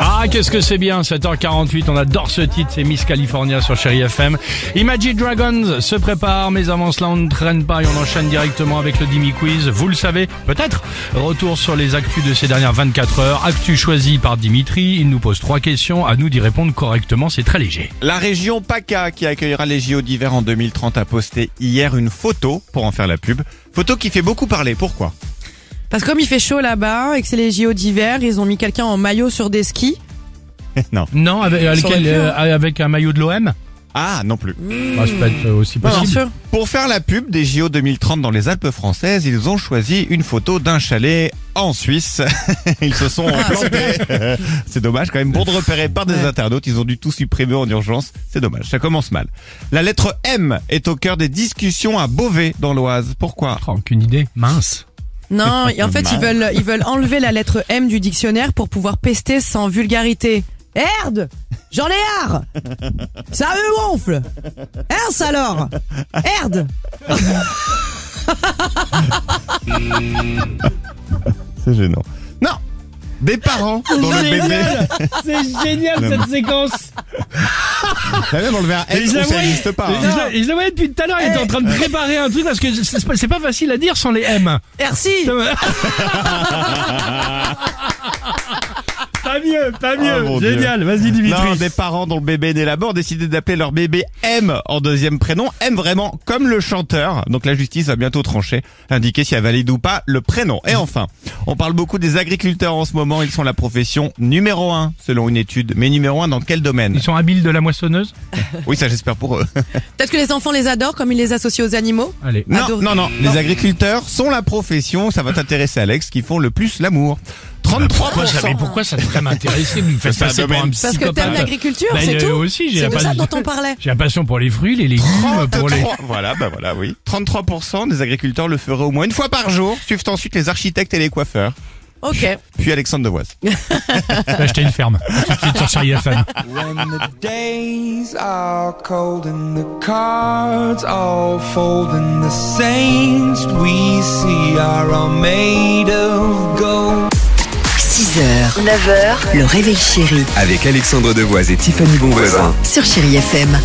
Ah, qu'est-ce que c'est bien, 7h48, on adore ce titre, c'est Miss California sur Chéri FM. Imagine Dragons se prépare, mais avant cela, on ne traîne pas et on enchaîne directement avec le Dimi Quiz. Vous le savez, peut-être. Retour sur les actus de ces dernières 24 heures. Actu choisi par Dimitri, il nous pose trois questions, à nous d'y répondre correctement, c'est très léger. La région PACA qui accueillera les JO d'hiver en 2030 a posté hier une photo pour en faire la pub. Photo qui fait beaucoup parler, pourquoi Parce que comme il fait chaud là-bas et que c'est les JO d'hiver, ils ont mis quelqu'un en maillot sur des skis. Non. Non, avec, avec Ça aurait quel- pu, hein. euh, avec un maillot de l'OM Ah, non plus. bah, Ça peut être aussi Bien possible. sûr. Pour faire la pub des JO 2030 dans les Alpes françaises, ils ont choisi une photo d'un chalet en Suisse. Ils se sont plantés. C'est dommage quand même. Bon de repérer par des internautes. Ils ont dû tout supprimer en urgence. C'est dommage. Ça commence mal. La lettre M est au cœur des discussions à Beauvais dans l'Oise. Pourquoi Oh, aucune idée, mince. Non, et en fait, ils Mal. veulent, ils veulent enlever la lettre M du dictionnaire pour pouvoir pester sans vulgarité. Herde J'en ai marre Ça me gonfle Ernst alors Herde C'est gênant. Non Des parents dans le bébé. C'est génial Non, cette séquence T'as même enlevé un Et S je la ou ça voyais- n'existe pas. hein. Je la- je la voyais depuis tout à l'heure, il était en train Eh. de préparer un truc parce que c'est pas- c'est pas facile à dire sans les M. Merci pas mieux, pas Ah, mieux. mon Dieu. Génial, vas-y Dimitri. Non, des parents dont le bébé est né là-bas ont décidé d'appeler leur bébé M en deuxième prénom. M vraiment comme le chanteur. Donc la justice va bientôt trancher, indiquer si elle valide ou pas le prénom. Et enfin, on parle beaucoup des agriculteurs en ce moment. Ils sont la profession numéro un selon une étude. Mais numéro un dans quel domaine Ils sont habiles de la moissonneuse Oui, ça j'espère pour eux. Peut-être que les enfants les adorent comme ils les associent aux animaux Allez. Ah, Non, Adoré. non, non, Les agriculteurs sont la profession, ça va t'intéresser Alex, qui font le plus l'amour. 33%. pourquoi ça devrait m'intéresser Vous me faites C'est un passer pour un domaine. Parce que t'aimes psychopathe. l'agriculture, Bah, c'est euh, tout aussi, j'ai C'est la de pas- ça dont on parlait J'ai la passion pour les fruits, les légumes, pour les... 33, voilà, bah voilà, oui. 33% des agriculteurs le feraient au moins une fois par jour. Suivent ensuite les architectes et les coiffeurs. Ok. Puis Alexandre Devoise. acheter une ferme. À Tout de suite sur Chérie FM. When the days are cold and the cards all fold and the saints we see are all made of gold. 6h, 9h, le réveil chéri Avec Alexandre Devoise et Tiffany Bonvoisin. sur Chéri FM.